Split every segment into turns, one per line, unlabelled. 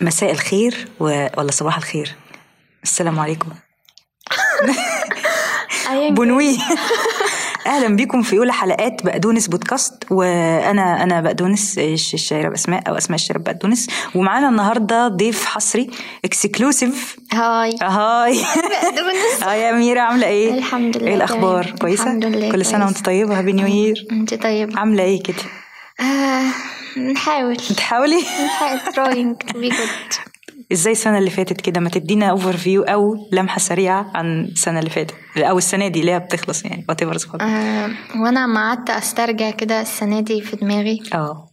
مساء الخير و... ولا صباح الخير السلام عليكم
طيب،
بنوي اهلا بيكم في اولى حلقات بقدونس بودكاست وانا انا بقدونس الشاعره باسماء او اسماء الشاعره بقدونس ومعانا النهارده ضيف حصري اكسكلوسيف
هاي
هاي
بقدونس.
اه يا اميره عامله ايه
الحمد لله
ايه الاخبار
تمام.
كويسه
الحمد لله
كل سنه
كويسة.
وانت طيبه هابي نيو يير
انت طيب
عامله ايه كده
آه، نحاول
بتحاولي
نحاول تراينج تو بي جود
ازاي السنه اللي فاتت كده ما تدينا اوفر فيو او لمحه سريعه عن السنه اللي فاتت او السنه دي اللي هي بتخلص يعني وات ايفر
آه، وانا ما قعدت استرجع كده السنه دي في دماغي
اه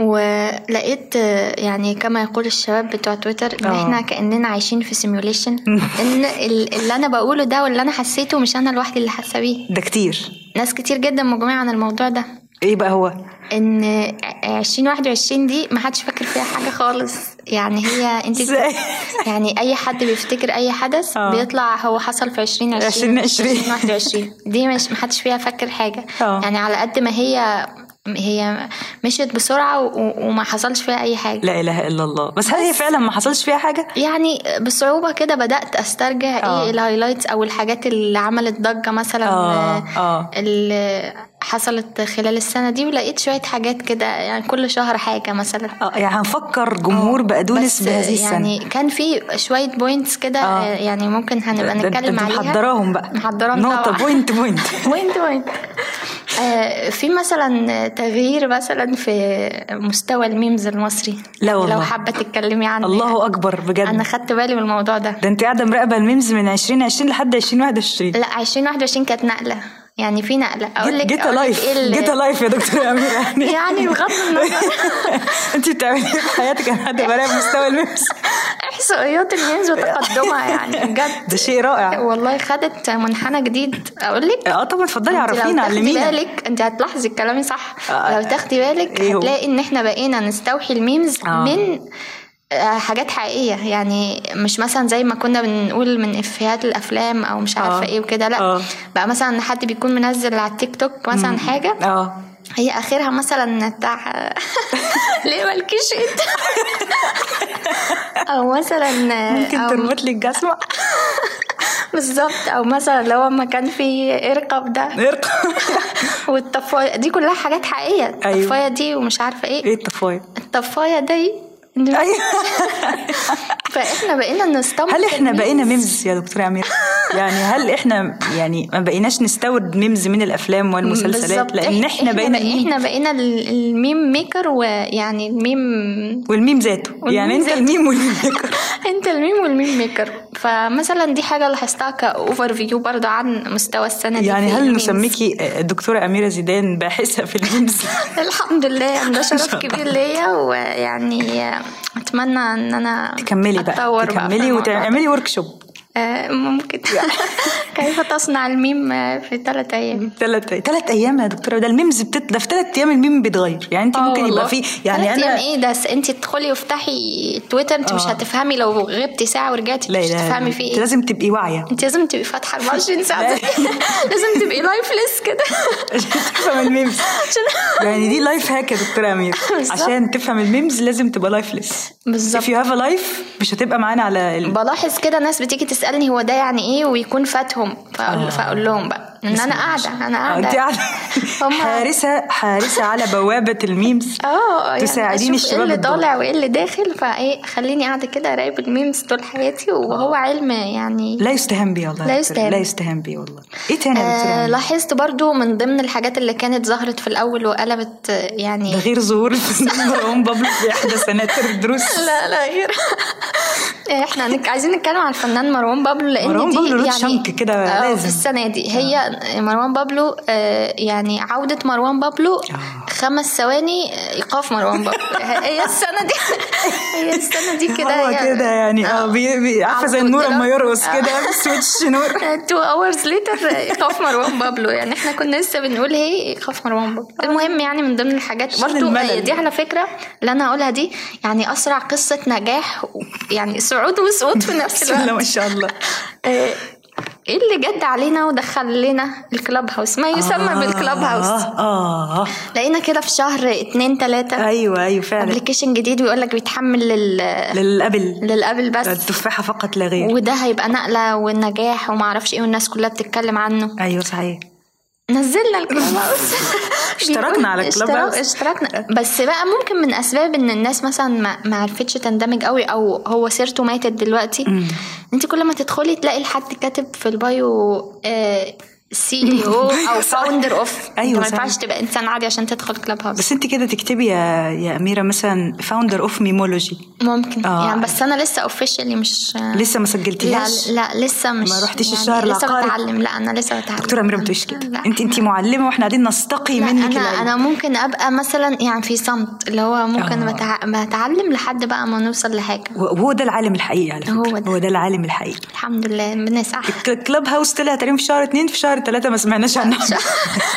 ولقيت آه، يعني كما يقول الشباب بتوع تويتر ان
آه.
احنا كاننا عايشين في سيميوليشن ان ال- اللي انا بقوله ده واللي انا حسيته مش انا لوحدي اللي حاسه بيه
ده كتير
ناس كتير جدا مجمعه عن الموضوع ده
ايه بقى هو
ان 2021 دي ما حدش فاكر فيها حاجه خالص يعني هي انت
ازاي
يعني اي حد بيفتكر اي حدث
آه.
بيطلع هو حصل في 2020
2020.
2021 دي مش محدش فيها فاكر حاجه
آه.
يعني على قد ما هي هي مشيت بسرعه و- و- وما حصلش فيها اي حاجه
لا اله الا الله بس هل هي فعلا ما حصلش فيها حاجه
يعني بصعوبه كده بدات استرجع
آه.
ايه الهايلايتس او الحاجات اللي عملت ضجه مثلا
آه، آه.
اللي حصلت خلال السنه دي ولقيت شويه حاجات كده يعني كل شهر حاجه مثلا
اه يعني هنفكر جمهور بقدونس
آه، بس
بهذه السنه
يعني كان في شويه بوينتس كده
آه.
آه، يعني ممكن هنبقى
ده- ده-
نتكلم
ده
عليها
محضراهم بقى
محضراهم
نقطه
طبعاً.
بوينت بوينت
بوينت بوينت آه، في مثلا تغيير مثلا في مستوى الميمز المصري
لا والله.
لو حابه تتكلمي عنه
الله اكبر
انا
بجد
خدت بالي من الموضوع ده
ده انت قاعده مراقبه الميمز من 2020 لحد 2021
لا 2021 كانت نقله يعني في نقله اقول لك
جيت
أقول لك
لايف
إيه اللي-
جيت لايف يا دكتور امير يعني
يعني بغض النظر
انت بتعملي ايه في حياتك انا قاعده براقب مستوى الميمز
احصائيات الميمز وتقدمها يعني بجد
ده شيء رائع
والله خدت منحنى جديد اقول لك
اه طب اتفضلي
انت
عرفينا
لو تاخدي
علمينا
بالك انت هتلاحظي كلامي صح
آه.
لو تاخدي بالك
إيه هو؟
هتلاقي ان احنا بقينا نستوحي الميمز
آه.
من آه، حاجات حقيقيه يعني مش مثلا زي ما كنا بنقول من افيهات الافلام او مش عارفه
آه.
ايه وكده لا
آه.
بقى مثلا حد بيكون منزل على التيك توك مثلا حاجه
اه
هي اخرها مثلا بتاع ليه مالكيش انت او مثلا
ممكن
أو
تربط لي الجسمه
بالظبط او مثلا لو ما كان في ارقب ده
ارقى
والطفايه دي كلها حاجات حقيقيه
أيوة.
الطفايه دي ومش عارفه ايه
ايه الطفايه
الطفايه دي
ايوه
فاحنا بقينا نستمر
هل احنا بقينا ميمز يا دكتور امير يعني هل احنا يعني ما بقيناش نستورد ميمز من الافلام والمسلسلات لان احنا بقينا إيه؟ ميم
احنا بقينا ال- الميم ميكر ويعني الميم
والميم ذاته يعني
والميم
انت
ذاته.
الميم والميم ذاته.
انت الميم والميم ميكر فمثلا دي حاجه لاحظتها كاوفر فيو برضه عن مستوى السنه دي
يعني
في
هل
الميمز.
نسميكي الدكتوره اميره زيدان باحثه في الميمز
الحمد لله يعني ده شرف
شاطرة.
كبير ليا ويعني اتمنى ان انا
تكملي بقى
أتطور بقى في
تكملي
الموضوع ده.
وتعملي ورك شوب
آه، ممكن كيف تصنع الميم آه، في ثلاثة أيام
ثلاث ثلاث ايام يا دكتوره ده الميمز بتت... ده في ثلاث ايام الميم بيتغير يعني انت
آه
ممكن
والله.
يبقى في يعني
ثلاث أيام
انا
ايه ده س- انت تدخلي وافتحي تويتر انت مش
آه.
هتفهمي لو غبتي ساعة ورجعتي
لا
مش
لا
هتفهمي
انت
في ايه
لازم تبقي واعيه
انت لازم تبقي فاتحة 24 ساعة لازم تبقي لايفلس كده
عشان تفهم الميمز
عشان-
يعني دي لايف هاك يا دكتوره امير
بالظبط.
عشان تفهم الميمز لازم تبقى لايفلس
بالظبط.
if you have a life مش هتبقى معانا على ال...
بلاحظ كده ناس بتيجي تسألني هو ده يعني ايه ويكون فاتهم فأقول,
آه.
فأقول لهم بقى ان انا قاعدة انا
آه، انت
قاعدة
قاعده
هم-
حارسه حارسه على بوابه الميمز
اه يعني
تساعديني
أشوف
الشباب
ايه اللي
الدول.
طالع وايه اللي داخل فايه خليني قاعده كده اراقب الميمز طول حياتي وهو علم يعني
آه. لا يستهان بيه والله يا دكتورة،
لا يستهان.
لا يستهان بيه والله ايه تاني يا دكتوره
آه
أمير؟
لاحظت برضو من ضمن الحاجات اللي كانت ظهرت في الاول وقلبت آه، يعني
ده غير ظهور الفنان مروان بابلو في احدى سناتر الدروس
لا لا غير احنا هنك- عايزين نتكلم عن الفنان مروان بابلو لان
مروان
دي
بابلو له
يعني
شنك كده
آه،
لازم.
في السنه دي هي مروان بابلو آه، يعني عوده مروان بابلو
آه.
خمس ثواني آه، ايقاف مروان بابلو هي السنه دي هي السنه دي كده آه.
هو
هي-
كده يعني اه بي- بي- عارفه زي
على
النور
طول
اما
كده.
يرقص
آه.
كده سويتش نور
تو اورز ليتر ايقاف مروان بابلو يعني احنا كنا لسه بنقول هي ايقاف مروان بابلو المهم يعني من ضمن الحاجات
شغل
برضو
آه. الملل. يعني.
آه، دي على فكره اللي انا هقولها دي يعني اسرع قصه نجاح و- يعني صعود وسقوط في نفس
بسم الله
الوقت
ما شاء الله
آه، ايه اللي جد علينا ودخل لنا الكلاب هاوس ما يسمى
آه،
بالكلاب هاوس
اه آه.
لقينا كده في شهر اتنين تلاتة
ايوه ايوه فعلا
ابلكيشن جديد ويقول لك بيتحمل لل...
للقبل
للابل بس
التفاحه فقط لا غير
وده هيبقى نقله والنجاح وما اعرفش ايه والناس كلها بتتكلم عنه
ايوه صحيح
نزلنا الكلاب هاوس
اشتركنا على الكلاب
اشترا-
هاوس.
اشتركنا بس بقى ممكن من اسباب ان الناس مثلا ما, ما عرفتش تندمج قوي او هو سيرته ماتت دلوقتي
مم.
انت كل ما تدخلي تلاقي الحد كاتب في البايو آه، E سي او
صح.
او فاوندر اوف
أيوة،
ما
صح.
ينفعش تبقى انسان عادي عشان تدخل كلاب هاوس
بس انت كده تكتبي يا يا اميره مثلا فاوندر اوف ميمولوجي
ممكن
آه.
يعني بس انا لسه اوفيشالي مش
لسه ما
لا
سجلتيهاش
لا لسه مش
ما رحتيش
يعني
الشهر
لسه
العقاري؟
بتعلم لا انا لسه بتعلم
دكتوره اميره ما بتقوليش
لا.
كده انت انت معلمه واحنا قاعدين نستقي
لا
منك
انا
العلم.
انا ممكن ابقى مثلا يعني في صمت اللي هو ممكن
آه.
بتع... بتعلم لحد بقى ما نوصل لحاجه
وهو ده العالم الحقيقي على فكره
هو
هو
ده.
ده, العالم الحقيقي
الحمد لله بنسعى
الكلاب هاوس طلع تقريبا في شهر اتنين في شهر ثلاثة ما سمعناش عنه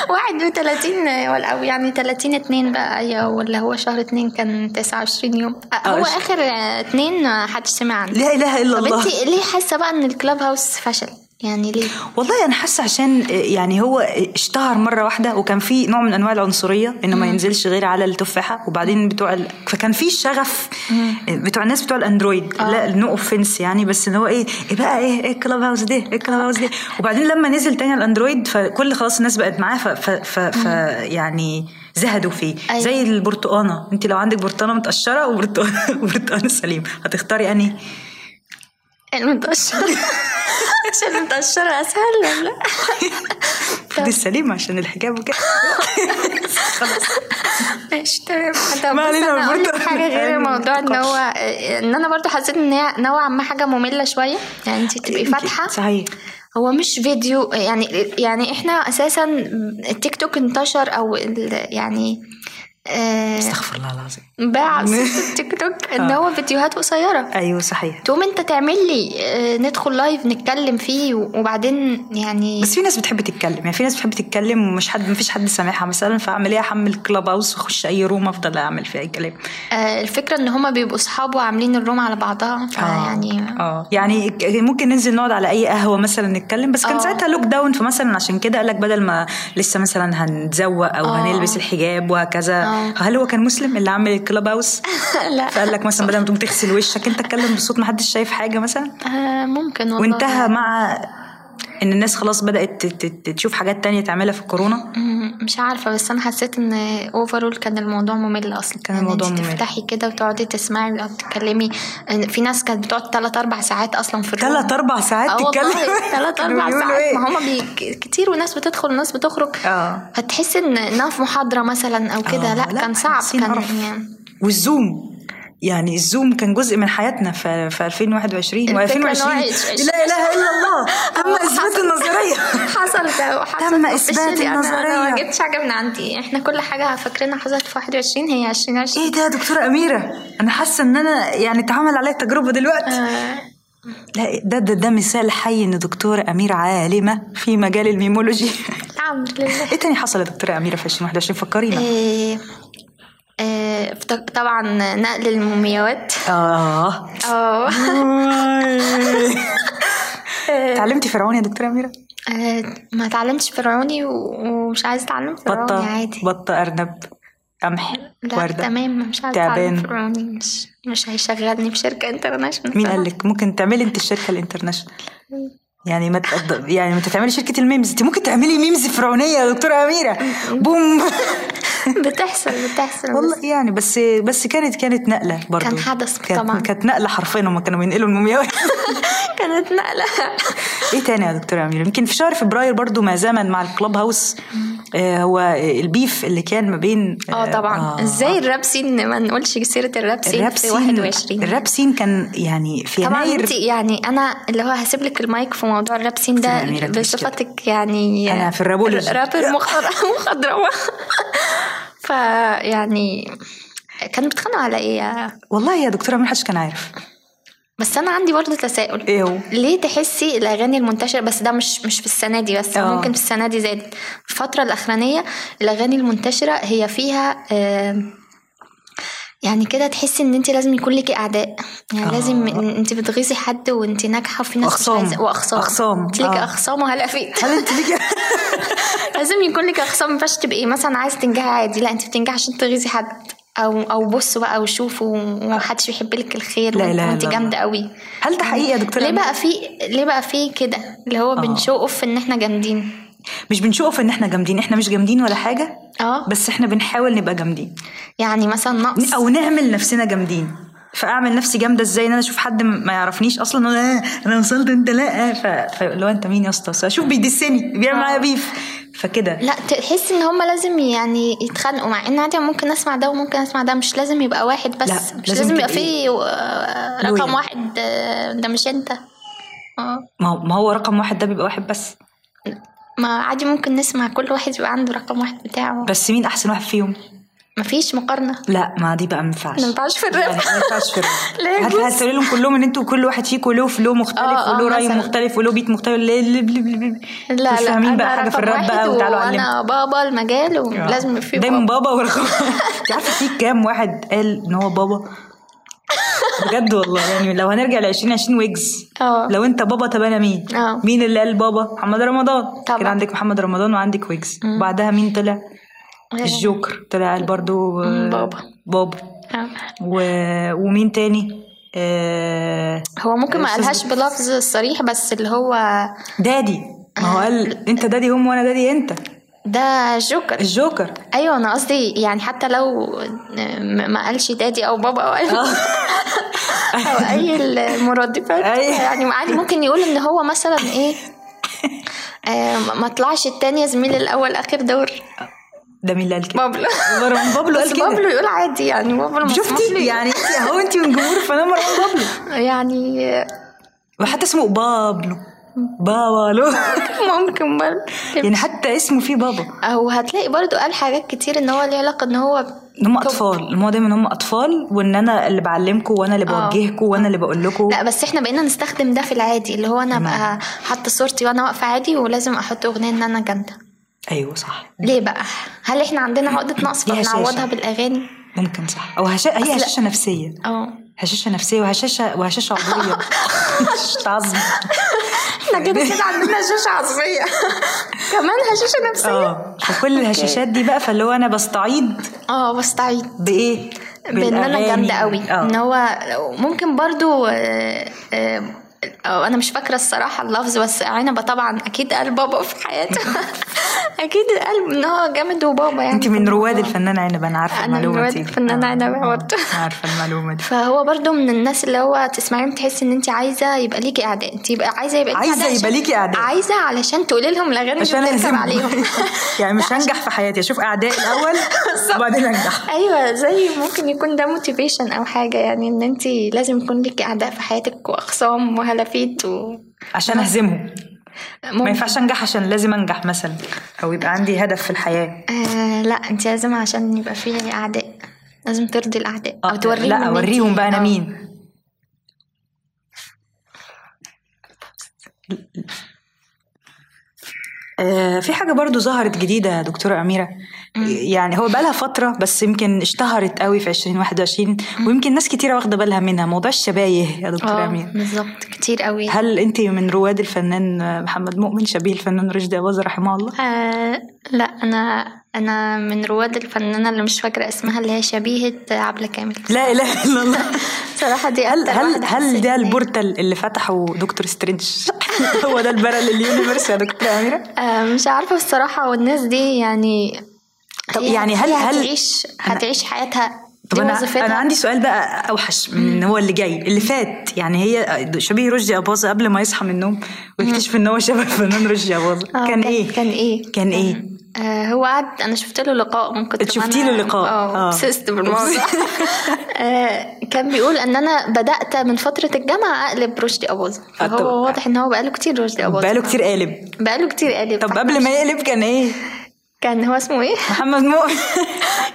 واحد وثلاثين او يعني 30 اتنين بقى يا ولا هو شهر اتنين كان 29 يوم آه،
آه،
هو
ش-
اخر آه، اتنين ما حدش سمع عنه
لا اله الا
طب
الله
انت ليه حاسه بقى ان الكلاب هاوس فشل يعني ليه
والله انا حاسه عشان يعني هو اشتهر مره واحده وكان في نوع من انواع العنصريه انه ما ينزلش غير على التفاحه وبعدين بتوع ال... فكان في شغف بتوع الناس بتوع الاندرويد لا نو اوفنس يعني بس ان هو ايه ايه بقى ايه ايه الكلاب هاوس ده ايه الكلاب هاوس ده وبعدين لما نزل تاني على الاندرويد فكل خلاص الناس بقت معاه ف... ف... ف... ف... يعني زهدوا فيه
أيوة.
زي البرتقانه انت لو عندك برتقانه متقشره وبرتقانه وبرتقانه سليم هتختاري انهي
المتقشرة عشان المتقشرة أسهل ولا لا؟
خدي السليم عشان الحجاب وكده خلاص
ماشي تمام طب
ما
بس
علينا
أنا أقول لك
برضه.
حاجة غير
يعني
الموضوع إن
نقاش.
هو إن أنا برضو حسيت إن هي نوعا ما حاجة مملة شوية يعني أنت تبقي فاتحة
صحيح
هو مش فيديو يعني يعني إحنا أساسا التيك توك انتشر أو ال- يعني آه،
استغفر الله العظيم
باع صوت التيك توك إن
آه.
هو فيديوهات قصيرة
ايوه صحيح
تقوم انت تعمل لي آه، ندخل لايف نتكلم فيه وبعدين يعني
بس في ناس بتحب تتكلم يعني في ناس بتحب تتكلم ومش حد مفيش حد سامعها مثلا فاعمل ايه احمل كلاب هاوس واخش اي روم افضل اعمل فيها اي كلام
آه، الفكرة ان هما بيبقوا صحاب وعاملين الروم على بعضها فيعني
اه آه، يعني ك- ممكن ننزل نقعد على اي قهوه مثلا نتكلم بس كان
آه.
ساعتها لوك داون فمثلا عشان كده قال لك بدل ما لسه مثلا هنتزوق او
آه.
هنلبس الحجاب وهكذا
آه.
هل هو كان مسلم اللي عامل الكلاب هاوس
لا
فقال لك مثلا بدل ما تقوم تغسل وشك انت اتكلم بصوت ما حدش شايف حاجه مثلا
آه، ممكن والله
وانتهى مع ان الناس خلاص بدات ت- ت- تشوف حاجات تانية تعملها في الكورونا
مم، مش عارفة بس أنا حسيت إن أوفرول كان الموضوع ممل أصلا
كان
يعني
الموضوع
أنت
ممل.
تفتحي كده وتقعدي تسمعي أو تتكلمي آه، في ناس كانت بتقعد تلات أربع ساعات أصلا في الروم
ثلاث اربع ساعات
اه
تتكلم
والله تلات
كانوا
أربع
بيقولوا
ساعات
إيه؟
ما هما بي... ك- كتير وناس بتدخل وناس بتخرج
اه
هتحس إن إنها في محاضرة مثلا أو كده
آه،
لا,
لا،
كان صعب
حاسين
كان
قرف.
يعني
والزوم يعني الزوم كان جزء من حياتنا في في 2021 و2020
الفكرة إن
لا
هو عايش- عايش.
اله الا الله تم
هو
اثبات
حصل.
النظريه
حصل ده وحصل
تم
officially.
إثبات
أنا- أنا ما
النظرية.
جبتش حاجة من عندي إحنا كل حاجة فاكرينها حصلت في 21 هي 2020
ايه ده يا دكتوره اميره انا حاسه ان انا يعني اتعمل عليا التجربه دلوقتي
آه،
لا ده ده, ده مثال حي ان دكتوره اميره عالمه في مجال الميمولوجي
الحمد لله
ايه تاني حصل يا دكتوره اميره في 2021 فكرينا
إيه، إيه، فط- طبعا نقل المومياوات
اه
اه
تعلمتي فرعون يا دكتوره اميره
آه، ما اتعلمتش فرعوني و- ومش عايزه اتعلم فرعوني
بطه
عادي
بطه ارنب قمح
لا
ورده
تمام مش عايزه اتعلم
تعبان.
فرعوني مش مش هيشغلني في شركه انترناشونال
مين قال لك ممكن تعملي انت الشركه الانترناشونال يعني ما تقض- يعني ما تتعملي شركه الميمز انت ممكن تعملي ميمز فرعونيه يا دكتوره اميره بوم
بتحصل بتحصل بس
والله يعني بس بس كانت كانت نقله برضه
كان حدث
كانت
طبعاً.
كانت نقله حرفيا هم كانوا بينقلوا المومياوات
كانت نقله
ايه تاني يا دكتوره اميره يمكن في شهر فبراير برضو ما زمن مع الكلاب هاوس آه هو البيف اللي كان ما بين
اه طبعا
آه.
ازاي الرابسين ما نقولش سيره الرابسين في
الرابسين
21
الرابسين كان يعني في
طبعا
يناير
انت يعني انا اللي هو هسيب لك المايك في موضوع الرابسين
يا
ده
أميرة تقولي
بصفتك يعني
أنا في الرابولوجي.
رابر مخضر- مخضرمه فيعني كان يعني بيتخانقوا على ايه يا-
والله يا دكتوره اميره محدش كان عارف
بس انا عندي برضه تساؤل
ايه هو
ليه تحسي الاغاني المنتشره بس ده مش مش في السنه دي بس
آه.
ممكن في السنه دي زادت الفتره الاخرانيه الاغاني المنتشره هي فيها آم، يعني كده تحسي ان انت لازم يكون ليكي اعداء يعني
آه.
آه. لازم إن انت بتغيظي حد وانت ناجحه وفي ناس
أخصام.
عايزة- واخصام
أخصام،
انت ليكي
آه.
اخصام وهلا فيك
هل انت ليكي
لازم يكون لك اخصام ما ينفعش تبقي مثلا عايزه تنجحي عادي لا انت بتنجحي عشان تغيظي حد او او بصوا بقى وشوفوا ومحدش بيحب لك الخير
لا إله
وانت
إلا الله.
جامده قوي
هل ده حقيقي يا دكتوره
ليه
أمير؟
بقى في ليه بقى في كده اللي هو بنشو اوف ان احنا جامدين
مش بنشوف ان احنا جامدين احنا مش جامدين ولا حاجه
اه
بس احنا بنحاول نبقى جامدين
يعني مثلا نقص
او نعمل نفسنا جامدين فاعمل نفسي جامده ازاي ان انا اشوف حد م- ما يعرفنيش اصلا ولا آه، انا وصلت انت لا آه، ف... فاللي هو انت مين يا اسطى اشوف بيدسني بيعمل
آه.
معايا بيف فكده
لا تحس ان هما لازم يعني يتخانقوا مع ان عادي ممكن اسمع ده وممكن اسمع ده مش لازم يبقى واحد بس
لا،
مش
لازم
لازم يبقى
تبقي-
فيه آه،
لويا.
رقم واحد آه، ده مش انت اه
ما هو- ما هو رقم واحد ده بيبقى واحد بس
ما عادي ممكن نسمع كل واحد يبقى عنده رقم واحد بتاعه
بس مين احسن واحد فيهم
مفيش مقارنة
لا ما دي بقى ما ينفعش
ما ينفعش في الراب.
يعني ما ينفعش في
ليه
الراب
بص؟
هتقولي لهم كلهم ان انتوا كل واحد فيكم له فلو مختلف
آه، آه،
وله رأي
مثلاً.
مختلف وله بيت مختلف ليه- ليه- ليه- ليه- ليه-
لا
مش
لا
فاهمين
أنا
بقى حاجه في
رقم
الراب بقى
واحد
وتعالوا علمنا آه.
وانا بابا المجال ولازم يبقى فيه
دايما
بابا.
بابا ورقم انت عارفه في كام واحد قال ان هو بابا بجد والله يعني لو هنرجع ل 2020 ويجز
اه
لو انت بابا طب انا مين؟
آه.
مين اللي قال بابا؟ محمد رمضان
طبعا.
كان عندك محمد رمضان وعندك ويجز وبعدها مين طلع؟
آه.
الجوكر طلع قال برضو آه،
بابا.
بابا
آه.
و... ومين تاني؟ آه...
هو ممكن ما
أستاذ
قالهاش بلفظ صريح بس اللي هو
دادي ما هو
آه.
قال انت دادي هم وانا دادي انت
ده جوكر
الجوكر
ايوه انا قصدي يعني حتى لو م- ما قالش دادي او بابا او اي
آه.
او اي المرادفات
أي.
يعني عادي ممكن يقول ان هو مثلا ايه آه ما طلعش التانية زميل الاول اخر دور
ده مين اللي قال كده؟
بابلو
مروان بابلو
بس
قال كده
بابلو يقول عادي يعني بابلو مسموح
شفتي
له.
يعني انت اهو انت من جمهور فنان مروان بابلو
يعني
وحتى اسمه بابلو بابلو
ممكن برضه
يعني حتى اسمه فيه بابا
او هتلاقي برضو قال حاجات كتير ان هو ليه علاقه ان هو
ان هم
طب-
اطفال هم دايما ان هم اطفال وان انا اللي بعلمكم وانا اللي
آه.
بوجهكم وانا اللي بقول لكم
لا بس احنا بقينا نستخدم ده في العادي اللي هو انا ابقى حاطه صورتي وانا واقفه عادي ولازم احط اغنيه ان انا جامده
ايوه صح
ليه بقى هل احنا عندنا عقده نقص
ليها
فبنعوضها
شاشة.
بالاغاني
ممكن صح او هشا... هي
أصل-
هشاشه نفسيه
اه
هشاشه نفسيه وهشاشه وهشاشه عضويه مش عظم
احنا كده كده عندنا هشاشه عصبيه كمان هشاشه نفسيه
اه فكل الهشاشات دي بقى فاللي هو انا بستعيد
اه بستعيد
بايه؟
بان انا
بالأغاني.
جامده قوي
اه
ان هو ممكن برضو آه، آه، آه، انا مش فاكره الصراحه اللفظ بس عنبه طبعا اكيد قال بابا في حياته اكيد قال ان هو جامد وبابا يعني
انت من رواد الفنان عنب انا عارفه
أنا من
المعلومه
رواد
دي
الفنان
آه،
عنب
آه،
برضه.
أنا عارفه المعلومه دي
فهو برضو من الناس اللي هو تسمعيهم تحس ان انت عايزه يبقى ليكي اعداء انت يبقى عايزه يبقى ليكي
عايزة
أعداء
يبقى
عشان-
ليكي أعداء.
عايزه علشان تقولي لهم الاغاني اللي
عشان
بتركب
أهزمهم.
عليهم
يعني مش هنجح في حياتي اشوف اعدائي الاول وبعدين انجح
ايوه زي ممكن يكون ده موتيفيشن او حاجه يعني ان انت لازم يكون ليكي اعداء في حياتك واخصام وهلافيت و
عشان اهزمهم ما
ممكن.
ينفعش انجح عشان لازم انجح مثلا او يبقى عندي هدف في الحياه
آه لا انت لازم عشان يبقى فيه اعداء لازم ترضي الاعداء او
آه،
توريهم إن
لا
أنت-
اوريهم بقى انا
آه.
مين آه، في حاجة برضو ظهرت جديدة يا دكتورة أميرة يعني هو بقالها فترة بس يمكن اشتهرت قوي في 2021 ويمكن ناس كتيرة واخدة بالها منها موضوع الشبايه يا دكتورة
اه
أميرة
بالظبط كتير قوي
هل انت من رواد الفنان محمد مؤمن شبيه الفنان رشدي أباظة رحمه الله
آه لا انا انا من رواد الفنانه اللي مش فاكره اسمها اللي هي شبيهه عبله كامل
لا اله الا الله
صراحه دي
هل
أكتر
هل
واحدة
هل
حسيت
ده
إن هي-
البورتال اللي فتحه دكتور سترينج هو ده البرل اليونيفرس يا دكتوره اميره
آه مش عارفه الصراحه والناس دي يعني
طب
هي-
يعني هل-
هي
هل-
هتعيش هتعيش حياتها
طب
دي
انا
وظيفتها
انا عندي سؤال بقى اوحش من ان هو اللي جاي اللي فات يعني هي شبيه رشدي اباظه قبل ما يصحى من النوم ويكتشف ان هو شبه الفنان رشدي اباظه
آه،
كان ايه؟
كان ايه
كان ايه؟
آه هو قعد انا شفت له لقاء من كتر ما
شفتي
أنا-
له لقاء، آه.
اه سست بالموضوع آه كان بيقول ان انا بدات من فتره الجامعه اقلب رشدي اباظه
آه، طب-
فهو واضح ان هو بقاله كتير رشدي اباظه
بقاله كتير قالب
بقاله كتير قالب
طب
فإحنا
قبل
مش-
ما يقلب كان ايه؟
كان هو اسمه ايه؟
محمد مؤمن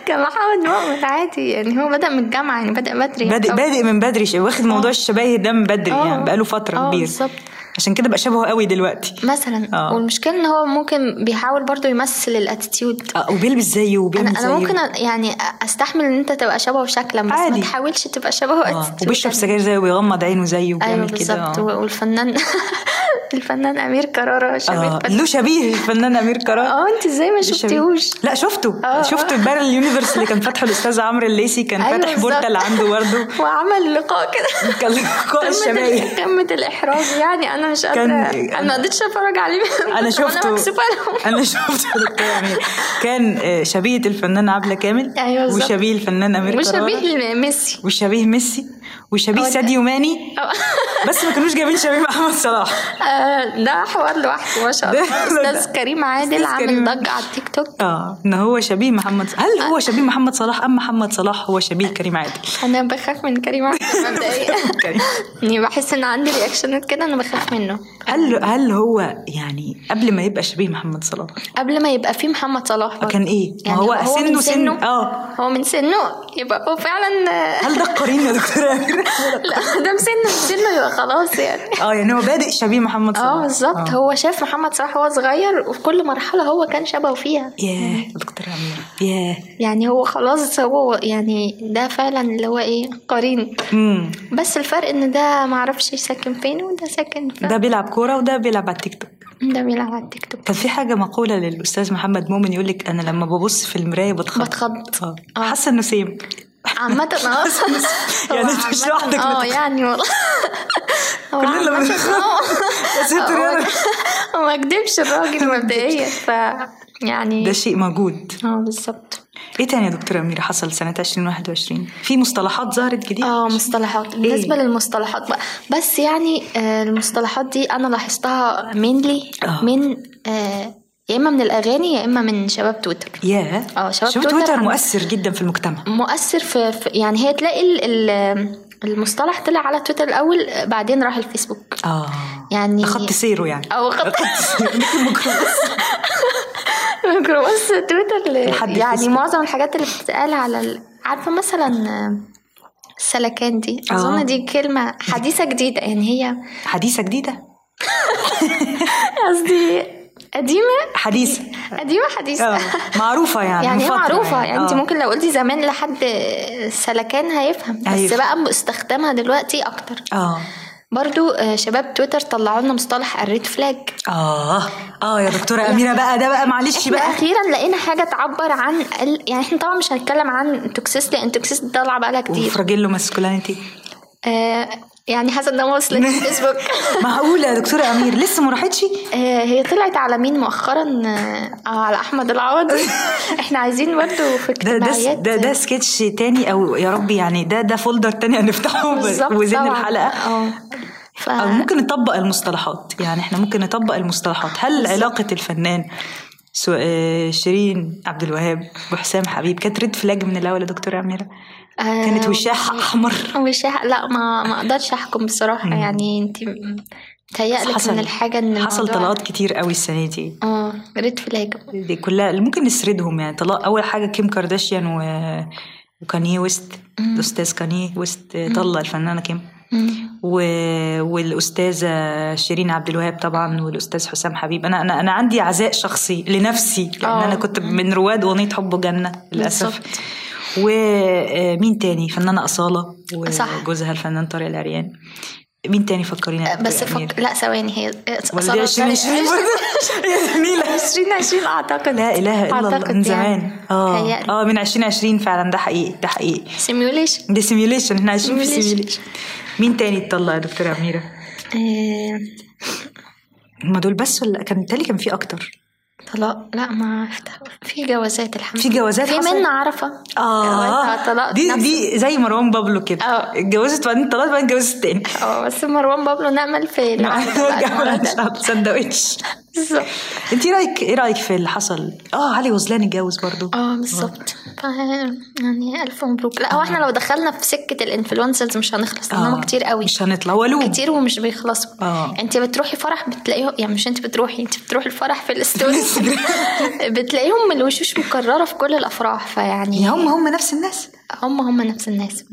كان محمد مؤمن عادي يعني هو بدأ من الجامعة يعني بدأ بدري
بادئ
يعتبر.
بادئ من بدري واخد موضوع الشبايه ده من بدري
آه.
يعني بقاله فتره
آه،
كبيره
بالظبط
عشان كده بقى شبهه قوي دلوقتي
مثلا
آه.
والمشكله ان هو ممكن بيحاول برضو يمثل الاتيتيود
آه، وبيلبس زيه وبيعمل
انا
زيه
انا ممكن أ- يعني استحمل ان انت تبقى شبهه شكلا بس
عادي.
ما تحاولش تبقى شبهه
آه،
attitude.
وبيشرب سجاير زيه وبيغمض عينه زيه وبيعمل
ايوه
كده آه.
بالظبط و- والفنان الفنان امير كرارة شبيه
آه،
فن-
له شبيه الفنان امير كرارة
اه انت ازاي ما شفتيهوش
لا شفته
آه، آه.
شفته في بارل يونيفرس اللي كان فاتحه الاستاذ عمرو الليسي كان
أيوة
فاتح
بالظبط.
بورتا اللي عنده برضه
وعمل لقاء كده
كان لقاء
قمة
الشباب
ال- قمة الإحراج يعني أنا مش قادرة
كان-
أنا ما قدرتش أتفرج عليه
انا
بس أنا
شفته
مكسوفة لهم
انا شفته لقاء عميق. كان آه، شبيه الفنان عبله كامل
أيوة بالظبط.
وشبيه الفنان امير
مش
كرارة
شبيه لميسي
وشبيه ميسي وشبيه
هو ده.
ساديو ماني بس ما كانوش جايبين شبيه محمد صلاح
آه، ده حوار لوحده ما شاء الله
ده- ده-
أستاذ كريم عادل
أستاذ
عامل
كريم.
ضجة على التيك توك
اه ان هو شبيه محمد صلاح. هل هو شبيه محمد صلاح ام محمد صلاح هو شبيه كريم عادل
أنا بخاف من كريم عادل مبدئيا
كريم.
يعني بحس إن عندي رياكشنات كده أنا بخاف منه
هل هل هو يعني قبل ما يبقى شبيه محمد صلاح
قبل ما يبقى فيه محمد صلاح برضه.
كان ايه؟ ما
يعني
هو سنه
من
سن اه
هو من سنه يبقى هو فعلا آه،
هل ده القرين يا دكتور أمير؟
لا ده من سنه من سنه يبقى خلاص يعني
اه يعني هو بادئ شبيه محمد صلاح
اه بالظبط
آه.
هو شاف محمد صلاح وهو صغير وفي كل مرحله هو كان شبهه فيها
ياه يا دكتور امير ياه
يعني هو خلاص هو يعني ده فعلا اللي هو ايه قرين
امم
بس الفرق ان ده معرفش ساكن فين وده ساكن فين
ده بيلعب كوره وده بيلعب على التيك توك
ده بيلعب على التيك توك
كان في حاجه مقوله للاستاذ محمد مؤمن يقول لك انا لما ببص في المرايه بتخض
بتخض
آه.
آه.
حاسه انه سيم
عامة اه هو
يعني أنت مش
عامة،
لوحدك اللي
اه
بتخض.
يعني والله هو
كلنا
عامة،
بنخض.
آه.
يا ساتر يا رب.
هو ما كدبش الراجل مبدئيا ف يعني
ده شيء موجود
اه بالظبط
ايه تاني يا دكتوره اميره حصل سنه 2021 في مصطلحات ظهرت جديد
اه مصطلحات بالنسبه
إيه؟
للمصطلحات بقى بس يعني آه، المصطلحات دي انا لاحظتها مينلي
آه.
من آه، يا اما من الاغاني يا اما من شباب تويتر
ياه
آه، شباب
شباب
تويتر
تويتر
عم-
مؤثر جدا في المجتمع
مؤثر في, في يعني هي تلاقي ال- ال- المصطلح طلع على تويتر الاول آه، بعدين راح الفيسبوك
اه
يعني
ده خط سيره يعني
او خط ميكروباص تويتر
لحد
ل- يعني
الفيسبوك.
معظم الحاجات اللي بتتقال على ال- عارفه مثلا آه، السلكان دي
آه.
اظن دي كلمه حديثه جديده يعني هي
حديثه جديده
قصدي قديمه
حديثه
قديمه حديثه
آه، معروفه يعني
يعني
من
هي
فترة
معروفه يعني انت
آه.
ممكن لو قلتي زمان لحد سلكان هيفهم بس
هيفهم.
بقى استخدامها دلوقتي اكتر
اه
برضو آه، شباب تويتر طلعوا لنا مصطلح الريد فلاج
اه اه يا دكتوره اميره بقى ده بقى معلش
احنا
بقى
اخيرا لقينا حاجه تعبر عن ال... يعني احنا طبعا مش هنتكلم عن يعني توكسيستي ان توكسيستي طالعه بقالها كتير
وفراجيلو ماسكولينيتي
آه يعني حسن ده ما وصلت الفيسبوك
معقوله يا دكتوره امير لسه ما راحتش
آه هي طلعت على مين مؤخرا آه آه، على احمد العوضي احنا عايزين برضه في
ده ده س-
اجتماعيات
ده, ده سكتش تاني او يا ربي يعني ده ده فولدر تاني هنفتحه
بالظبط
وزن
طبعاً.
الحلقه
اه ف...
أو ممكن نطبق المصطلحات يعني احنا ممكن نطبق المصطلحات هل علاقة الفنان سو- آه، شيرين عبد الوهاب وحسام حبيب كانت ريد فلاج من الاول يا دكتوره اميره
آه،
كانت وشاح احمر
مش ح... لا ما ما اقدرش احكم بصراحه يعني انت تهيألك من الحاجه ان
حصل
الموضوع-
طلاقات كتير قوي السنه دي
اه ريد فلاج
دي كلها اللي ممكن نسردهم يعني طلاق اول حاجه كيم كارداشيان و... وكانيه ويست الاستاذ كانيه ويست طلق الفنانه كيم
مم.
و... والاستاذه شيرين عبد الوهاب طبعا والاستاذ حسام حبيب انا انا انا عندي عزاء شخصي لنفسي لان
آه.
انا كنت من رواد اغنيه حب جنه للاسف
بالظبط.
ومين آه، تاني فنانه اصاله
صح. آه،
وجوزها الفنان طارق العريان مين تاني فكرينا يا
بس
دكتورة أمير؟
فك... لا ثواني هي
ولا دي 2020 برضه؟ يا نيلة.
2020 اعتقد
لا اله الا الله
يعني.
من زمان اه
اه
اه من 2020 فعلا ده حقيقي ده حقيقي
سيميوليشن
ده سيميوليشن احنا عايشين في
Simulation.
سيميوليشن مين تاني اتطلق يا دكتوره اميره؟
آه،
هما دول بس ولا كان تالي كان في اكتر
طلاق لا ما افتح في جوازات الحمد
في
لله.
جوازات
في
حصلت؟
منا عرفه جوازها طلاق
دي
نفسه.
دي زي مروان بابلو كده
آه.
اتجوزت بعدين طلقت بعدين اتجوزت تاني
اه بس مروان بابلو نأمل في العرفة بقى المرة
جوازت
التانية.
سندوتش
بالظبط
إيه انت ايه رايك ايه رايك في اللي حصل اه علي وزلان آه، اتجوز برضو
اه بالظبط آه، يعني الف مبروك لا هو احنا لو دخلنا في سكه الانفلونسرز مش هنخلص لانهم
آه،
كتير قوي
مش هنطلع ولو
كتير ومش بيخلصوا
آه.
انت بتروحي فرح بتلاقيه يعني مش انت بتروحي انت بتروحي الفرح في الستوريز بتلاقيهم الوشوش مكرره في كل الافراح فيعني
يعني هم هم نفس الناس
هم هم نفس الناس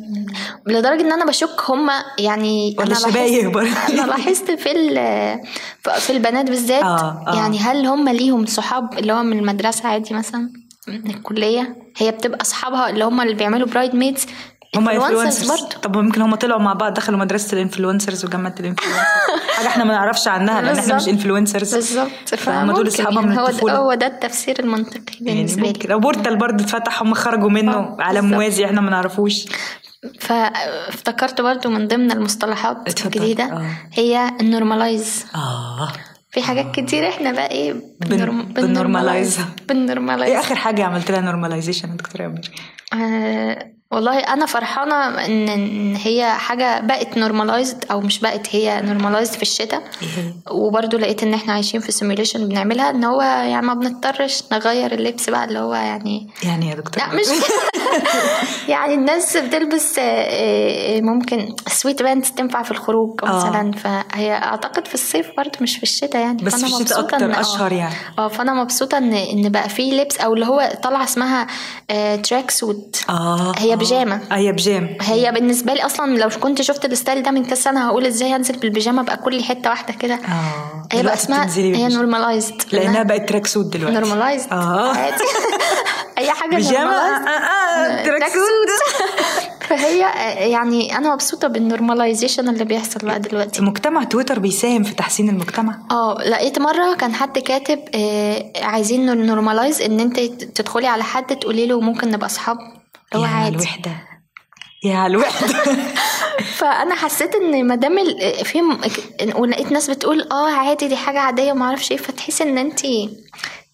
لدرجه ان انا بشك هم يعني
ولا
انا لاحظت-
شبايب ولا-
انا لاحظت في ال- في البنات بالذات
آه، آه.
يعني هل هم ليهم صحاب اللي هو من المدرسه عادي مثلا من الكليه هي بتبقى اصحابها اللي هم اللي بيعملوا برايد ميدز
هم انفلونسرز طب ممكن هم طلعوا مع بعض دخلوا مدرسه الانفلونسرز وجامعه الانفلونسرز حاجه احنا ما نعرفش عنها لان احنا مش
بالظبط.
انفلونسرز
بالظبط
فهم دول
فممكن
اصحابها من
يعني هو ده
الطفوله
هو ده التفسير المنطقي
يعني
بالنسبه لي
ممكن وبورتال برضه اتفتح هم خرجوا منه
آه،
على
بالظبط.
موازي احنا ما نعرفوش
فافتكرت برضو من ضمن المصطلحات
اتفضل.
الجديده
آه.
هي النورمالايز
اه
في حاجات كتير احنا بقى ايه بنورم-
بنورمالايزها. ايه
بنورمالايز
اخر حاجه عملت لها نورماليزيشن يا دكتوره امير
آه والله انا فرحانه ان إن هي حاجه بقت نورمالايزد او مش بقت هي نورمالايزد في الشتاء
إيه هي؟
وبرضو لقيت ان احنا عايشين في سيميوليشن بنعملها ان هو يعني ما بنضطرش نغير اللبس بقى اللي هو يعني
يعني يا دكتوره
لا مش يعني الناس بتلبس آه، آه، ممكن سويت بانت تنفع في الخروج
آه.
مثلا فهي اعتقد في الصيف برضه مش في الشتاء يعني
بس
فأنا
في الشتاء
مبسوطة
أكتر،
إن- آه.
أشهر يعني.
اه فانا مبسوطه ان ان بقى في لبس او اللي هو طالعه اسمها آه، تراك سوت
اه
هي
آه.
بيجامة.
اه هي بيجام
هي بالنسبه لي اصلا لو كنت شفت الستايل ده من كذا سنه هقول ازاي هنزل بالبيجامه بقى كل حته واحده كده
اه
هي بقى
دلوقتي
اسمها
بتنزلي
هي
بالبيج-
نورماليزد
لانها بقت تراك سوت دلوقتي
نورماليزد
اه
عادي اي حاجه
بيجامه
normalized.
آه، آه، آه، تراك
تراك
سوت
فهي يعني انا مبسوطه بالنورماليزيشن اللي بيحصل بقى دلوقتي
مجتمع تويتر بيساهم في تحسين المجتمع
اه لقيت مره كان حد كاتب آه، عايزين نورماليز ان انت تدخلي على حد تقولي له ممكن نبقى اصحاب اللي هو
يا
عادي
الوحده يا الوحده
فانا حسيت ان ما دام ال- آه، في م- إن- ولقيت ناس بتقول اه عادي دي حاجه عاديه وما اعرفش ايه فتحس ان انت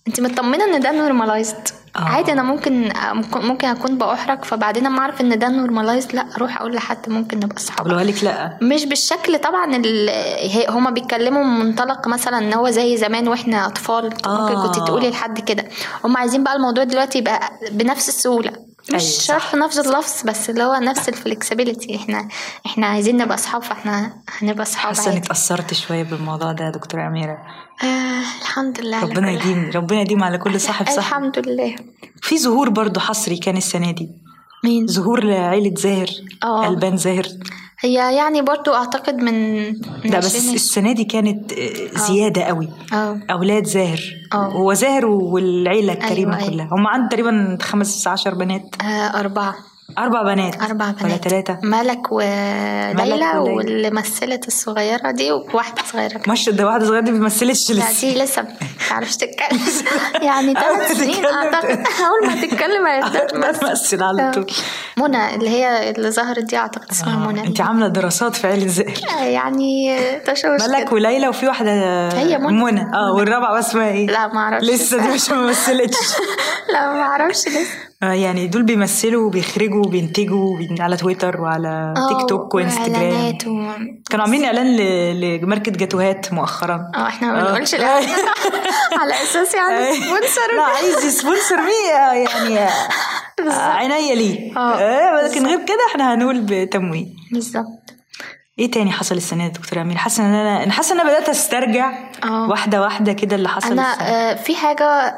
انت مطمنه ان ده نورماليزد
آه.
عادي انا ممكن آه، ممكن اكون باحرج فبعدين اما اعرف ان ده نورماليزد لا اروح اقول لحد ممكن نبقى اصحاب
طب لو قالك لا
مش بالشكل طبعا ال- هي- هما بيتكلموا من منطلق مثلا ان هو زي زمان واحنا اطفال
آه.
ممكن كنت تقولي لحد كده هما عايزين بقى الموضوع دلوقتي يبقى بنفس السهوله
أيوة،
مش
صح.
شرط نفس اللفظ بس اللي هو نفس الفلكسبيليتي احنا احنا عايزين نبقى اصحاب فاحنا هنبقى اصحاب
حاسه اني
عادي
اتاثرت شويه بالموضوع ده يا دكتوره اميره
آه الحمد لله على
ربنا
كل حال.
يديم ربنا يديم على كل صاحب صاحب
الحمد لله
في ظهور برضو حصري كان السنه دي
مين
ظهور لعيله زاهر
آه.
البان زاهر
هي يعني برضو اعتقد من من
ده بس
عشرين-
السنه دي كانت آه، زياده قوي
اه
اولاد زاهر
آه.
هو زاهر والعيله الكريمه
أيوة، أيوة.
كلها هم عندهم تقريبا خمس عشر بنات
آه، أربعة
اربع بنات
أربع بنات
ولا ثلاثه
ملك وليلى
وليلى.
واللي مثلت الصغيرة دي وواحدة صغيرة كمان
مش ده واحده صغيره دي ما بتمثلش
لا
لسه
دي لسه ما بتعرفش تتكلم يعني
أول ما
ثلاث سنين
تتكلم
أعتقد أول ما تتكلم عرفتها تمثل.
بتمثل على طول
منى اللي هي اللي ظهرت دي أعتقد آه. اسمها
آه،
منى
انت عامله دراسات في عيله زاهر
آه، يعني تشوش
ملك
كده.
وليلى وفي واحده
هي منى.
منى اه والرابعه بقى اسمها ايه
لا ما أعرفش
لسه دي مش ما مثلتش
لا ما أعرفش لسه
آه، يعني دول بيمثلوا وبيخرجوا وبينتجوا وبين- على تويتر وعلى تيك توك وانستجرام
آه، وإعلانات و...
كانوا عاملين اعلان ل- لماركه جاتوهات مؤخرا
اه احنا ما
آه.
بنقولش لا على اساس يعني
أي.
سبونسر
آه، لا عايز سبونسر مي آه، يعني آه، عينيا ليه
آه،
آه، لكن غير كده احنا هنقول بتمويل
بالظبط
ايه تاني حصل السنه دي يا دكتوره امير حاسه ان انا أنا حاسه ان انا بدات استرجع
آه.
واحده واحده كده اللي حصل السنه
انا آه، في حاجه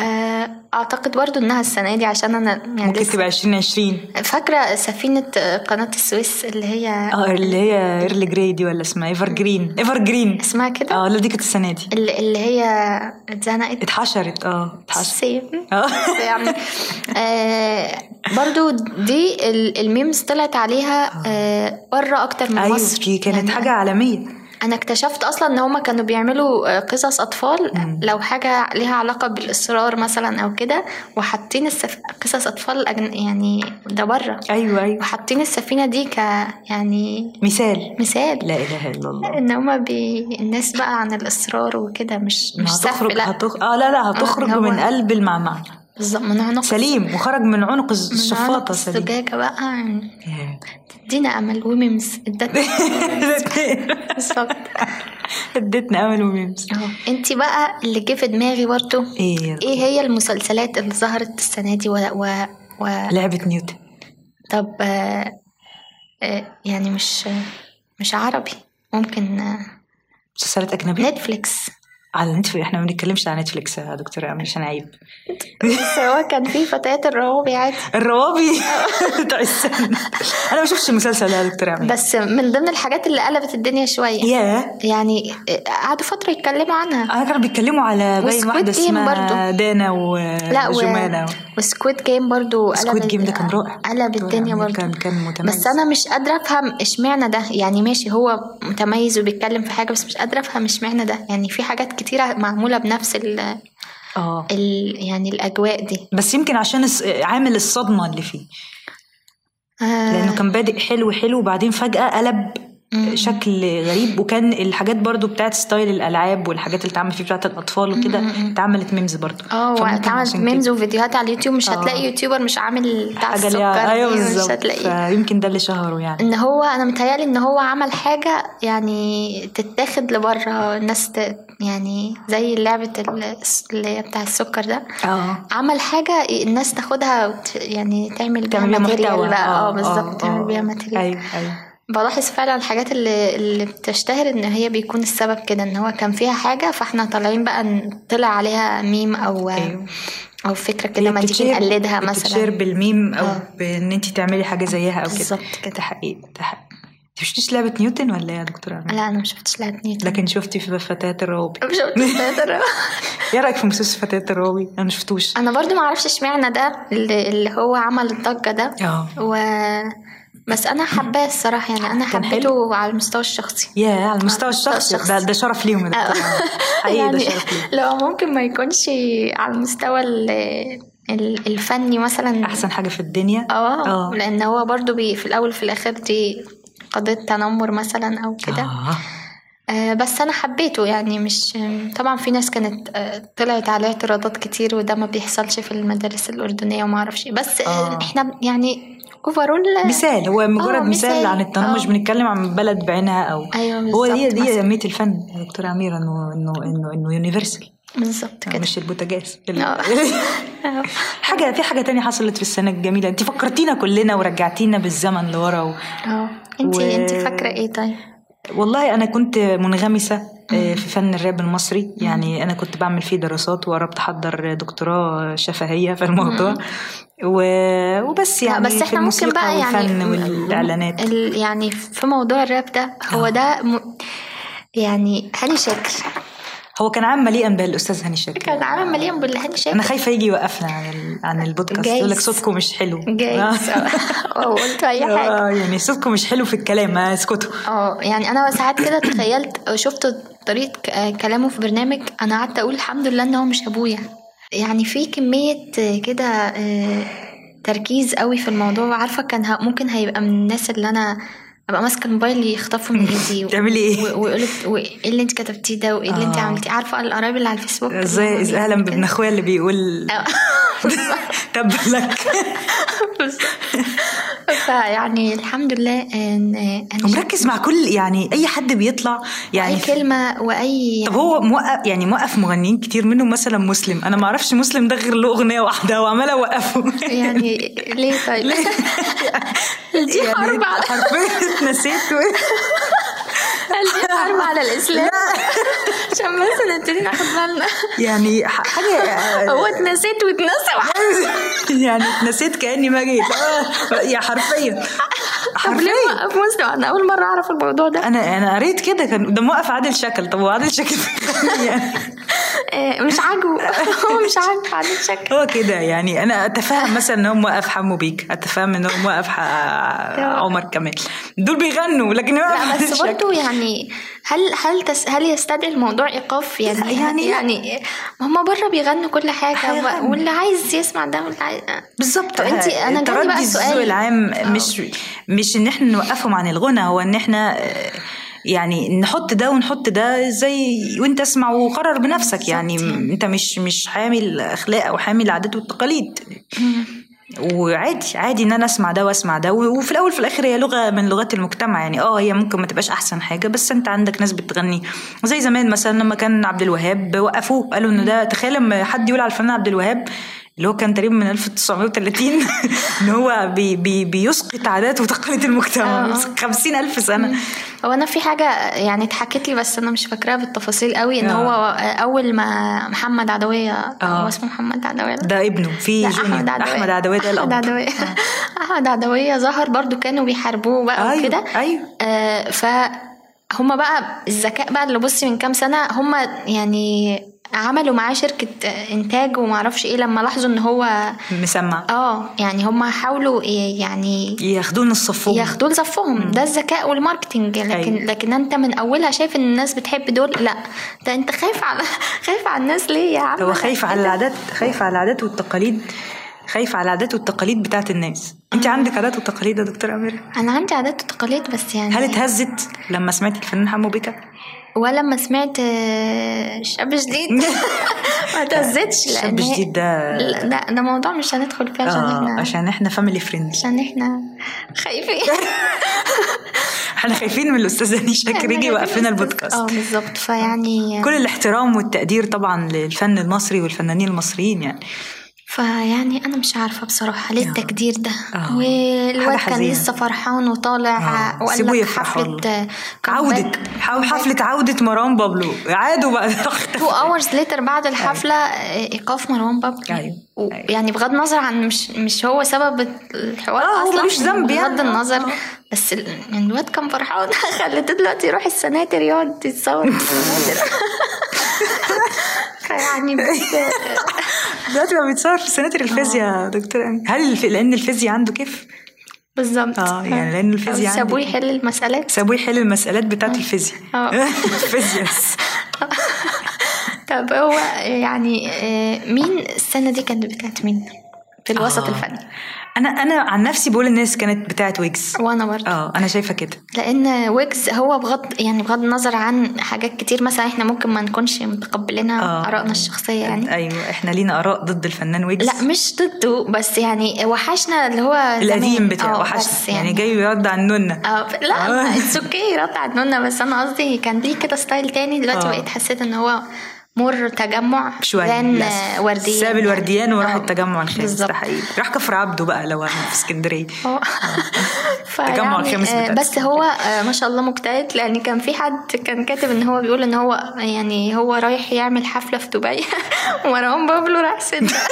آه، اعتقد برضو انها السنه دي عشان انا يعني
ممكن
لسه
تبقى 2020
فاكره سفينه آه، قناه السويس اللي هي
اه اللي هي ايرلي جراي دي ولا اسمها ايفر جرين ايفر جرين
اسمها كده
اه لا دي كانت السنه دي
اللي اللي هي اتزنقت
اتحشرت اه اتحشرت
سيم
اه
بس يعني آه برضو دي ال- الميمز طلعت عليها آه بره اكتر من
ايوه
مصر
دي كانت
يعني
حاجه عالميه
انا اكتشفت اصلا ان هما كانوا بيعملوا آه، قصص اطفال لو حاجه ليها علاقه بالاصرار مثلا او كده وحاطين السف... قصص اطفال أجن... يعني ده بره
ايوه ايوه
وحاطين السفينه دي ك يعني
مثال
مثال
لا اله الا الله
ان هما بي... الناس بقى عن الاصرار وكده مش
ما
مش سهل
هتخرج
لا آه،
هتخرج اه لا لا هتخرج
هو-
من قلب المعمعة
بالظبط من عنق
سليم وخرج من عنق
من عنق
الشفاطة سليم
الزجاجه بقى يعني تدينا امل وميمز ادتنا بالظبط
ادتنا امل وميمز
انت بقى اللي جه في دماغي برضه
ايه يا
ايه هي المسلسلات اللي ظهرت السنه دي و... و... و...
لعبه نيوتن
طب آه، آه، يعني مش مش عربي ممكن آه،
مسلسلات اجنبيه
نتفليكس
على نتفلكس احنا ما بنتكلمش عن نتفلكس يا دكتوره امل عشان عيب
بس هو كان في فتيات الروابي عادي
الروابي بتاع السنة. انا ما شفتش المسلسل ده يا دكتوره امل
بس من ضمن الحاجات اللي قلبت الدنيا شويه
ياه
يعني آه، قعدوا فتره يتكلموا عنها
انا كانوا بيتكلموا على باين
وسكويد
واحده
جيم
اسمها
إيه برضو.
دانا
لا
وجمانه
و... وسكويد جيم برضو
سكويد
قلب-
جيم ده كان رائع
قلب الدنيا
يعني
برضو
كان كان متميز
بس انا مش قادره افهم اشمعنى ده يعني ماشي هو متميز وبيتكلم في حاجه بس مش قادره افهم اشمعنى ده يعني في حاجات كتيره معموله بنفس ال...
اه
ال... يعني الاجواء دي
بس يمكن عشان الس- عامل الصدمه اللي فيه
آه،
لانه كان بادئ حلو حلو وبعدين فجاه قلب
مم.
شكل غريب وكان الحاجات برضو بتاعت ستايل الالعاب والحاجات اللي اتعمل فيه بتاعت الاطفال وكده اتعملت ميمز برضو
اه
فممكن
واتعملت
عشان كده
ميمز وفيديوهات على اليوتيوب مش
آه.
هتلاقي يوتيوبر مش عامل بتاع
حاجه
السكر
ليها ايوه
دي، مش
بالظبط
هتلاقي
فيمكن ده اللي شهره يعني
ان هو انا متهيالي ان هو عمل حاجه يعني تتاخد لبره الناس ت... يعني زي لعبه ال- اللي هي بتاع السكر ده
اه
عمل حاجة الناس تاخدها وت- يعني تعمل بيها
تعمل بيها محتوى
ماتيريال بقى اه
آه،
بالظبط تعمل
آه.
بيها ماتيريال
ايوه ايوه
بلاحظ فعلا الحاجات اللي اللي بتشتهر ان هي بيكون السبب كده ان هو كان فيها حاجة فاحنا طالعين بقى ن- طلع عليها ميم او
أيوة.
او فكرة كده ما تيجي
بتتشير-
نقلدها
بتتشير
مثلا
بالميم او
آه.
بان انت تعملي حاجه زيها او كده
بالظبط كده.
ده حقيقي ده حقيقي انت مشفتيش لعبه نيوتن ولا ايه يا دكتوره عماد؟
لا انا مشفتش لها اتنين
لكن شفتي في فتاة الروابي
مش قادرة.
ايه رايك في مسلسل فتاة الروابي انا مشفتوش
انا برضو ما اعرفش اشمعنى ده اللي اللي هو عمل الضجة ده
اه
و بس انا حباه الصراحة يعني انا
كان حلو.
حبيته على المستوى الشخصي
يا على المستوى
المستوى
الشخصي ده,
الشخصي. آه.
ده شرف ليهم يا دكتوره عماد. حقيقي ده
يعني
شرف ليهم
لو ممكن ما يكونش على المستوى ال- ال- الفني مثلا
احسن حاجه في الدنيا
اه
آه.
لان هو برضو بي في الاول في الاخر دي قضيه تنمر مثلا او كده
آه.
آه بس انا حبيته يعني مش طبعا في ناس كانت آه طلعت عليه اعتراضات كتير وده ما بيحصلش في المدارس الاردنيه وما اعرفش إيه. بس آه.
آه.
احنا يعني اوفرول
مثال هو مجرد
آه،
مثال,
مثال.
عن التنمر مش
آه.
بنتكلم عن بلد بعينها او
ايوه
هو
بالظبط
دي دي
مثلاً.
اهميه الفن يا دكتوره اميره انه انه انه انه يونيفرسال
بالظبط كده
مش البوتاجاز
آه. آه.
حاجه في حاجه تانية حصلت في السنه الجميله انت فكرتينا كلنا ورجعتينا بالزمن لورا و...
اه انتي
و-
انتي فاكره ايه طيب؟
والله انا كنت منغمسه آه، في فن الراب المصري يعني انا كنت بعمل فيه دراسات وقربت احضر دكتوراه شفهيه في الموضوع و... وبس
لا،
يعني
بس
في
احنا ممكن
الموسيقى
بقى يعني
والفن والاعلانات
ال يعني في موضوع الراب ده
آه.
هو ده م... يعني هاني شاكر
هو كان عام مليئا بالاستاذ هاني شاكر
كان عامل مليان بالهاني
انا
شاكر
خايفه يجي يوقفنا عن ال- عن البودكاست
جايز.
يقول لك صوتكم مش حلو
جايز او قلت اي حاجه
آه، يعني صوتكم مش حلو في الكلام آه، اسكتوا
اه يعني انا ساعات كده تخيلت شفت طريقه ك- كلامه في برنامج انا قعدت اقول الحمد لله ان هو مش ابويا يعني في كميه كده آه، تركيز قوي في الموضوع عارفه كان ه- ممكن هيبقى من الناس اللي انا ابقى ماسكه الموبايل يخطفه من ايدي
تعملي ايه؟
و- ويقولك وايه اللي انت كتبتيه ده وايه اللي انت
آه.
عملتيه عارفه القرايب اللي على الفيسبوك
ازاي إز- اهلا بابن اخويا اللي بيقول
آه.
تب لك
فيعني الحمد لله ان ان
ومركز مع كل يعني اي حد بيطلع يعني
اي كلمه واي
طب هو موقف يعني موقف مغنيين كتير منهم مثلا مسلم انا ما اعرفش مسلم ده غير له اغنيه واحده وعمال اوقفه
يعني ليه طيب دي
يعني
حرب على
حرفيا اتنسيت و-
دي حرب على الاسلام عشان بس نبتدي ناخد بالنا
يعني ح- حاجه
هو اتنسيت واتنسى وح-
يعني اتنسيت كاني ما جيت آه، يا حرفيا
طب
حرفيا
ليه موقف مسلم انا اول مره اعرف الموضوع ده
انا انا قريت كده كان ده موقف عادل شكل طب وعادل شكل يعني
آه، مش عاجبه هو مش عاجبه على شكل
هو كده يعني انا اتفهم مثلا ان هو موقف حمو بيك اتفهم ان هو موقف ح- عمر كمال دول بيغنوا لكن هو
لا
عادل
بس
شكل.
برضه يعني هل هل تس هل يستدعي الموضوع ايقاف يعني
يعني-
يعني يعني ما هم بره بيغنوا كل حاجه
هيغنوا.
واللي عايز يسمع ده واللي عايز
بالظبط
طب انت- انا جالي
التردي
بقى
في
سؤال.
الذوق العام
اه.
مش مش ان احنا نوقفهم عن الغنى هو ان احنا آه، يعني نحط ده ونحط ده زي وانت اسمع وقرر بنفسك يعني
بالظبط يعني.
انت مش مش حامل الاخلاق او حامل العادات والتقاليد وعادي عادي ان انا اسمع ده واسمع ده و- وفي الاول في الاخر هي لغه من لغات المجتمع يعني اه هي ممكن ما تبقاش احسن حاجه بس انت عندك ناس بتغني زي زمان مثلا لما كان عبد الوهاب وقفوه قالوا ان ده تخيل لما حد يقول على الفنان عبد الوهاب اللي هو كان تقريبا من 1930 ان هو بي بي بيسقط عادات وتقاليد المجتمع
آه، آه.
من 50000 سنه
هو انا في حاجه يعني اتحكت لي بس انا مش فاكراها بالتفاصيل قوي ان
آه.
هو اول ما محمد عدويه
آه.
هو اسمه محمد عدويه لا؟
ده ابنه في
لا،
جونيور احمد
احمد عدويه
عدويه ده آه. الاب
احمد عدويه احمد عدويه ظهر برضو كانوا بيحاربوه بقى
ايوه
وكده
ايوه
آه، ف هما بقى الذكاء بقى اللي بصي من كام سنه هما يعني عملوا معاه شركه آه، انتاج ومعرفش ايه لما لاحظوا ان هو
مسمع
اه يعني هما حاولوا ي- يعني
ياخدوه من الصفوم
ياخدوه لصفهم ده الذكاء والماركتينج لكن
أيوة.
لكن انت من اولها شايف ان الناس بتحب دول لا ده انت خايف على خايف على الناس ليه يا عم
هو خايف على العادات خايف على العادات والتقاليد خايف على العادات والتقاليد بتاعت الناس انت عندك عادات وتقاليد يا دكتور امير
انا عندي عادات وتقاليد بس يعني
هل اتهزت لما سمعت الفنان حمو بيكا
ولما سمعت آه، شاب جديد ما تهزتش
شاب
لأن هي-
جديد ده-
لا لا، ده موضوع مش هندخل فيه عشان
آه
احنا
عشان احنا فاميلي فريند
عشان احنا خايفين
احنا خايفين من الاستاذ هاني شاكر يجي يوقف لنا
اه
البودكاست
بالظبط فيعني
كل الاحترام والتقدير طبعا للفن المصري والفنانين المصريين يعني
فيعني انا مش عارفه بصراحه ليه
آه.
التقدير ده
آه. حاجة
والواد كان
حزينة.
لسه فرحان وطالع
آه.
وقال
سيبوه
لك
يفرح
حفله
والله.
comeback-
عودة حاو- حفلة عودة مروان بابلو عادوا بقى
تو اورز ليتر بعد الحفله آه، ايقاف مروان بابلو
أيوة.
و-
أيوة.
يعني بغض النظر عن مش مش هو سبب الحوار
آه، هو
اصلا
ملوش ذنب
بغض
يعني.
النظر
آه.
بس ال- يعني الواد كان فرحان خليته دلوقتي يروح السناتر يقعد يتصور في السناتر. فيعني بس-
دلوقتي بقى بيتصور في سناتر الفيزياء يا دكتور أمين. هل الف- لان الفيزياء عنده كيف؟
بالظبط
آه، يعني لأن الفيزياء عندي
سابوه
كده.
يحل المسألات
سابوه يحل المسألات بتاعت الفيزياء
آه.
الفيزياء
طب هو يعني آه، مين السنة دي كانت بتاعت مين؟ في الوسط
آه.
الفني
انا انا عن نفسي بقول الناس كانت بتاعت ويجز
وانا برضه
اه انا شايفه كده
لان ويجز هو بغض يعني بغض النظر عن حاجات كتير مثلا احنا ممكن ما نكونش متقبلينها
آه.
ارائنا الشخصيه يعني
ايوه احنا لينا اراء ضد الفنان ويجز
لا مش ضده بس يعني وحشنا اللي هو زمان.
القديم بتاعه
آه،
وحشنا
بس
يعني جاي يرد عننا
اه ب- لا
آه.
اتس اوكي رفع عننا بس انا قصدي كان ليه كده ستايل تاني دلوقتي
آه.
بقيت حسيت ان هو مر تجمع
شويه
لان
للأسف.
ورديان
ساب الورديان وراح
آه،
التجمع الخامس
بالظبط.
ده حقيقي راح كفر عبده بقى لو انا في اسكندريه
اه.
التجمع
فيعني،
الخامس
آه،
بتاع
بس
الاسكندرية.
هو آه، ما شاء الله مجتهد لان كان في حد كان كاتب ان هو بيقول ان هو يعني هو رايح يعمل حفله في دبي ومروان بابلو راح سد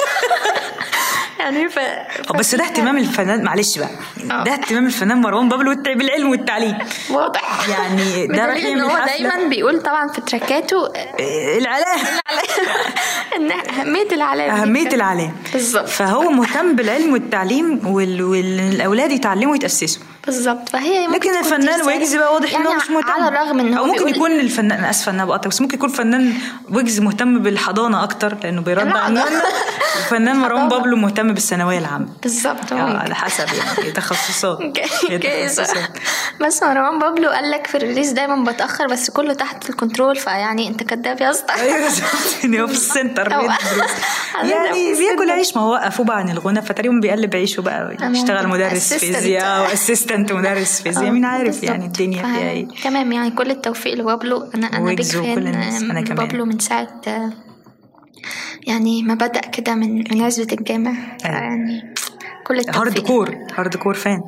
يعني ف
اه بس ده اهتمام الفنان معلش بقى
اه.
ده اهتمام الفنان مروان بابلو والتع- بالعلم والتعليم
واضح
يعني ده
بدليل
راح
ان
يعمل
هو
حفلة.
دايما بيقول طبعا في تراكاته
اه، العلام
ان اهميه العلام دي
اهميه
كان-
العلام
بالظبط
فهو مهتم بالعلم والتعليم وال- والاولاد يتعلموا ويتاسسوا
بالظبط فهي ممكن
لكن
تكون
الفنان
ترسالة.
ويجز بقى واضح ان هو
يعني
مش مهتم
على الرغم ان هو
او ممكن
بيقول-
يكون الفنان انا اسفه ان انا بقطع بس ممكن يكون الفنان ويجز مهتم بالحضانه اكتر لانه بيرد
لا،
عننا
ده-
الفنان مروان
حضانة. طيب.
بابلو مهتم بالثانويه العامه
بالظبط
اه
ممكن.
على حسب يعني هي تخصصات هي
جايزة
تخصصات.
بس مروان بابلو قال لك في الريليز دايما بتأخر بس كله تحت الكنترول فيعني انت كداب يا اسطى
ايوه بالظبط ان هو في السنتر
أو-
بيدرس.
أنا في
يعني بياكل
السنتر.
عيش ما هو وقفوه بقى عن الغنى فتقريبا بيقلب عيشه بقى يعني يشتغل مدرس
assistant.
فيزياء واسيستنت مدرس فيزياء مين عارف
آه، بالظبط.
يعني الدنيا
فا-
فيها ايه
تمام يعني كل التوفيق لبابلو انا انا بيك
ويجز وكل
فان
الناس. أنا
من
كمان.
بابلو من ساعة آه، يعني ما بدأ كده من من عزبة الجامع
أيوة.
يعني كل التوفيق
هارد كور هارد كور فان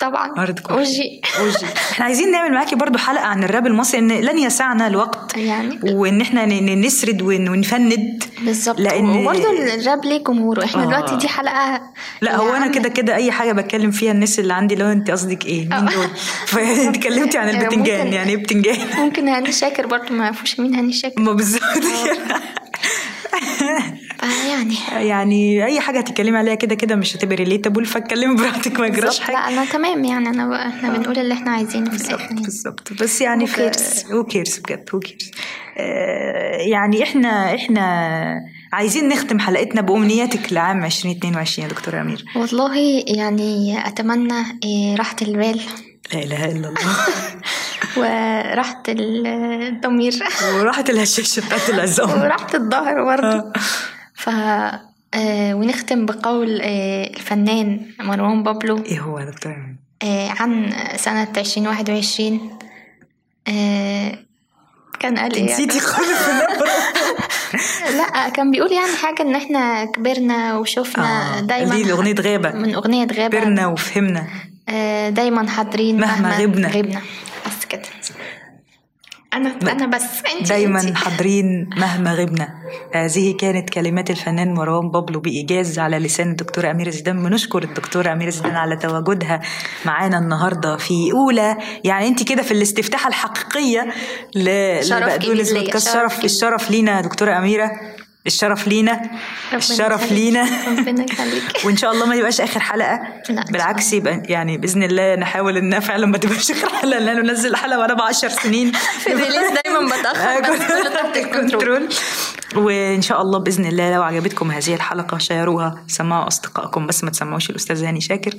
طبعا
هارد كور.
اوجي
أوجي. احنا عايزين نعمل معاكي برضو حلقه عن الراب المصري ان لن يسعنا الوقت
يعني
وان احنا ن- ن- نسرد ون- ونفند
بالظبط
لأن-
وبرضه الراب ليه جمهوره احنا
آه.
دلوقتي دي حلقه
لا هو انا
يعني
كده كده اي حاجه بتكلم فيها الناس اللي عندي لو انت قصدك ايه مين دول فاتكلمتي عن
ممكن-
البتنجان يعني ايه بتنجان
ممكن هاني شاكر برضه ما يعرفوش مين هاني شاكر
ما بالظبط
يعني
يعني اي حاجه هتتكلمي عليها كده كده مش هتبقى ريليتابل فاتكلمي براحتك ما يجراش
بالظبط لا
حاجه
انا تمام يعني انا بقى احنا بنقول اللي احنا عايزينه في الاخر
آه. بالظبط
يعني.
بالظبط بس يعني
Who
في
cares؟
هو كيرز بجد هو كيرز يعني احنا احنا عايزين نختم حلقتنا بامنياتك لعام 2022 يا دكتور امير
والله يعني اتمنى إيه، راحه البال
لا اله الا الله
وراحه ال- الضمير
وراحه الهشاشه بتاعت العظام
وراحه الظهر برضه
آه.
ف آه، ونختم بقول آه، الفنان مروان بابلو
ايه هو يا دكتور امير
آه، عن سنة عشرين واحد وعشرين آه، كان قال ايه
نسيتي خالص
لا كان بيقول يعني حاجه ان احنا كبرنا وشفنا
آه،
دايما
دي الأغنية غابة.
من اغنيه غابه
كبرنا وفهمنا
آه، دايما حاضرين
مهما غبنا.
غبنا بس كده انا انا بس انت
دايما حاضرين مهما غبنا هذه كانت كلمات الفنان مروان بابلو بإيجاز على لسان الدكتورة أميرة زيدان بنشكر الدكتورة أميرة زيدان على تواجدها معانا النهاردة في أولى يعني أنت كده في الاستفتاحة الحقيقية ل-
شرف
لبقدونس
كبير ليا،
بودكاست
شرف
شرف
كبير.
الشرف لينا يا دكتورة أميرة الشرف لينا الشرف لينا
ربنا يخليك
وان شاء الله ما يبقاش اخر حلقه
شاء
بالعكس يبقى يعني باذن الله نحاول انها فعلا ما تبقاش اخر حلقه لان أنا بنزل حلقه وانا ب 10 سنين آه،
في الريليز دايما بتأخر، بس كله تحت الكنترول.
وان شاء الله باذن الله لو عجبتكم هذه الحلقه شيروها سمعوا اصدقائكم بس ما تسمعوش الاستاذ هاني شاكر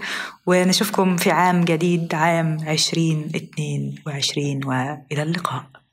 ونشوفكم في عام جديد عام 2022 والى اللقاء